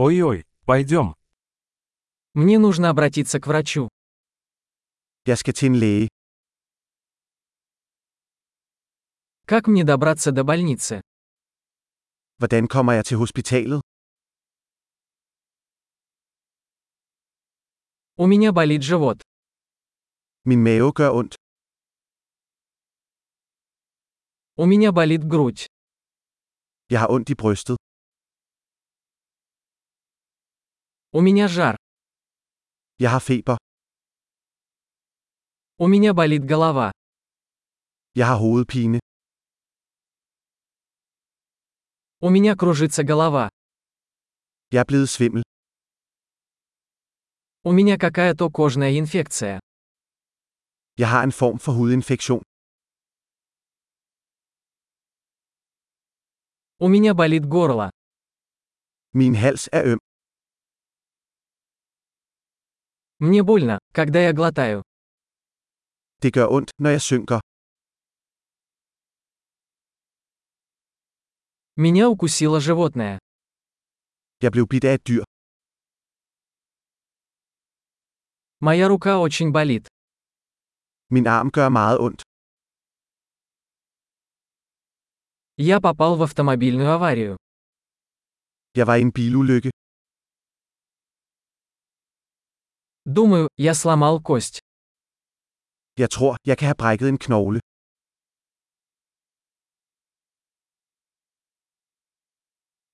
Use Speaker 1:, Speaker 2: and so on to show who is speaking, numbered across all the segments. Speaker 1: Ой-ой, пойдем.
Speaker 2: Мне нужно обратиться к врачу.
Speaker 3: Jeg skal til en læge.
Speaker 2: Как мне добраться до больницы?
Speaker 3: Hvordan kommer jeg til hospitalet?
Speaker 2: У меня болит живот.
Speaker 3: Min mave gør ondt.
Speaker 2: У меня болит грудь.
Speaker 3: Jeg har ondt i brystet.
Speaker 2: У меня жар.
Speaker 3: Jeg har feber.
Speaker 2: У меня болит голова.
Speaker 3: Jeg har hovedpine.
Speaker 2: У меня кружится голова.
Speaker 3: Jeg er blevet svimmel.
Speaker 2: У меня какая-то кожная инфекция.
Speaker 3: Jeg har en form for hudinfektion.
Speaker 2: У меня болит горло.
Speaker 3: Min hals er øm.
Speaker 2: Мне больно, когда я глотаю.
Speaker 3: Det gør ondt, når jeg synker.
Speaker 2: Меня укусило животное.
Speaker 3: Jeg blev bidt af et dyr.
Speaker 2: Моя рука очень болит.
Speaker 3: Min arm gør meget ondt.
Speaker 2: Я попал в автомобильную аварию.
Speaker 3: Jeg var i en bilulykke.
Speaker 2: Думаю, я сломал кость.
Speaker 3: Jeg tror, jeg kan have brækket en knogle.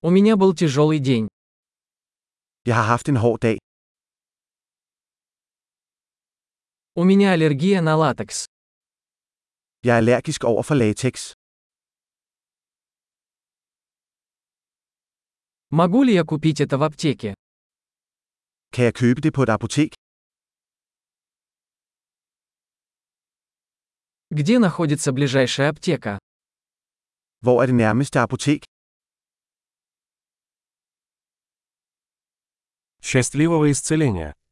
Speaker 2: У меня был тяжелый день.
Speaker 3: Jeg har haft en hård dag.
Speaker 2: У меня аллергия на латекс.
Speaker 3: Jeg er allergisk over for latex.
Speaker 2: Могу ли я купить это в аптеке?
Speaker 3: Kan jeg købe det på et apotek?
Speaker 2: Где находится ближайшая аптека?
Speaker 3: Hvor er det nærmeste apotek?
Speaker 1: Счастливого исцеления!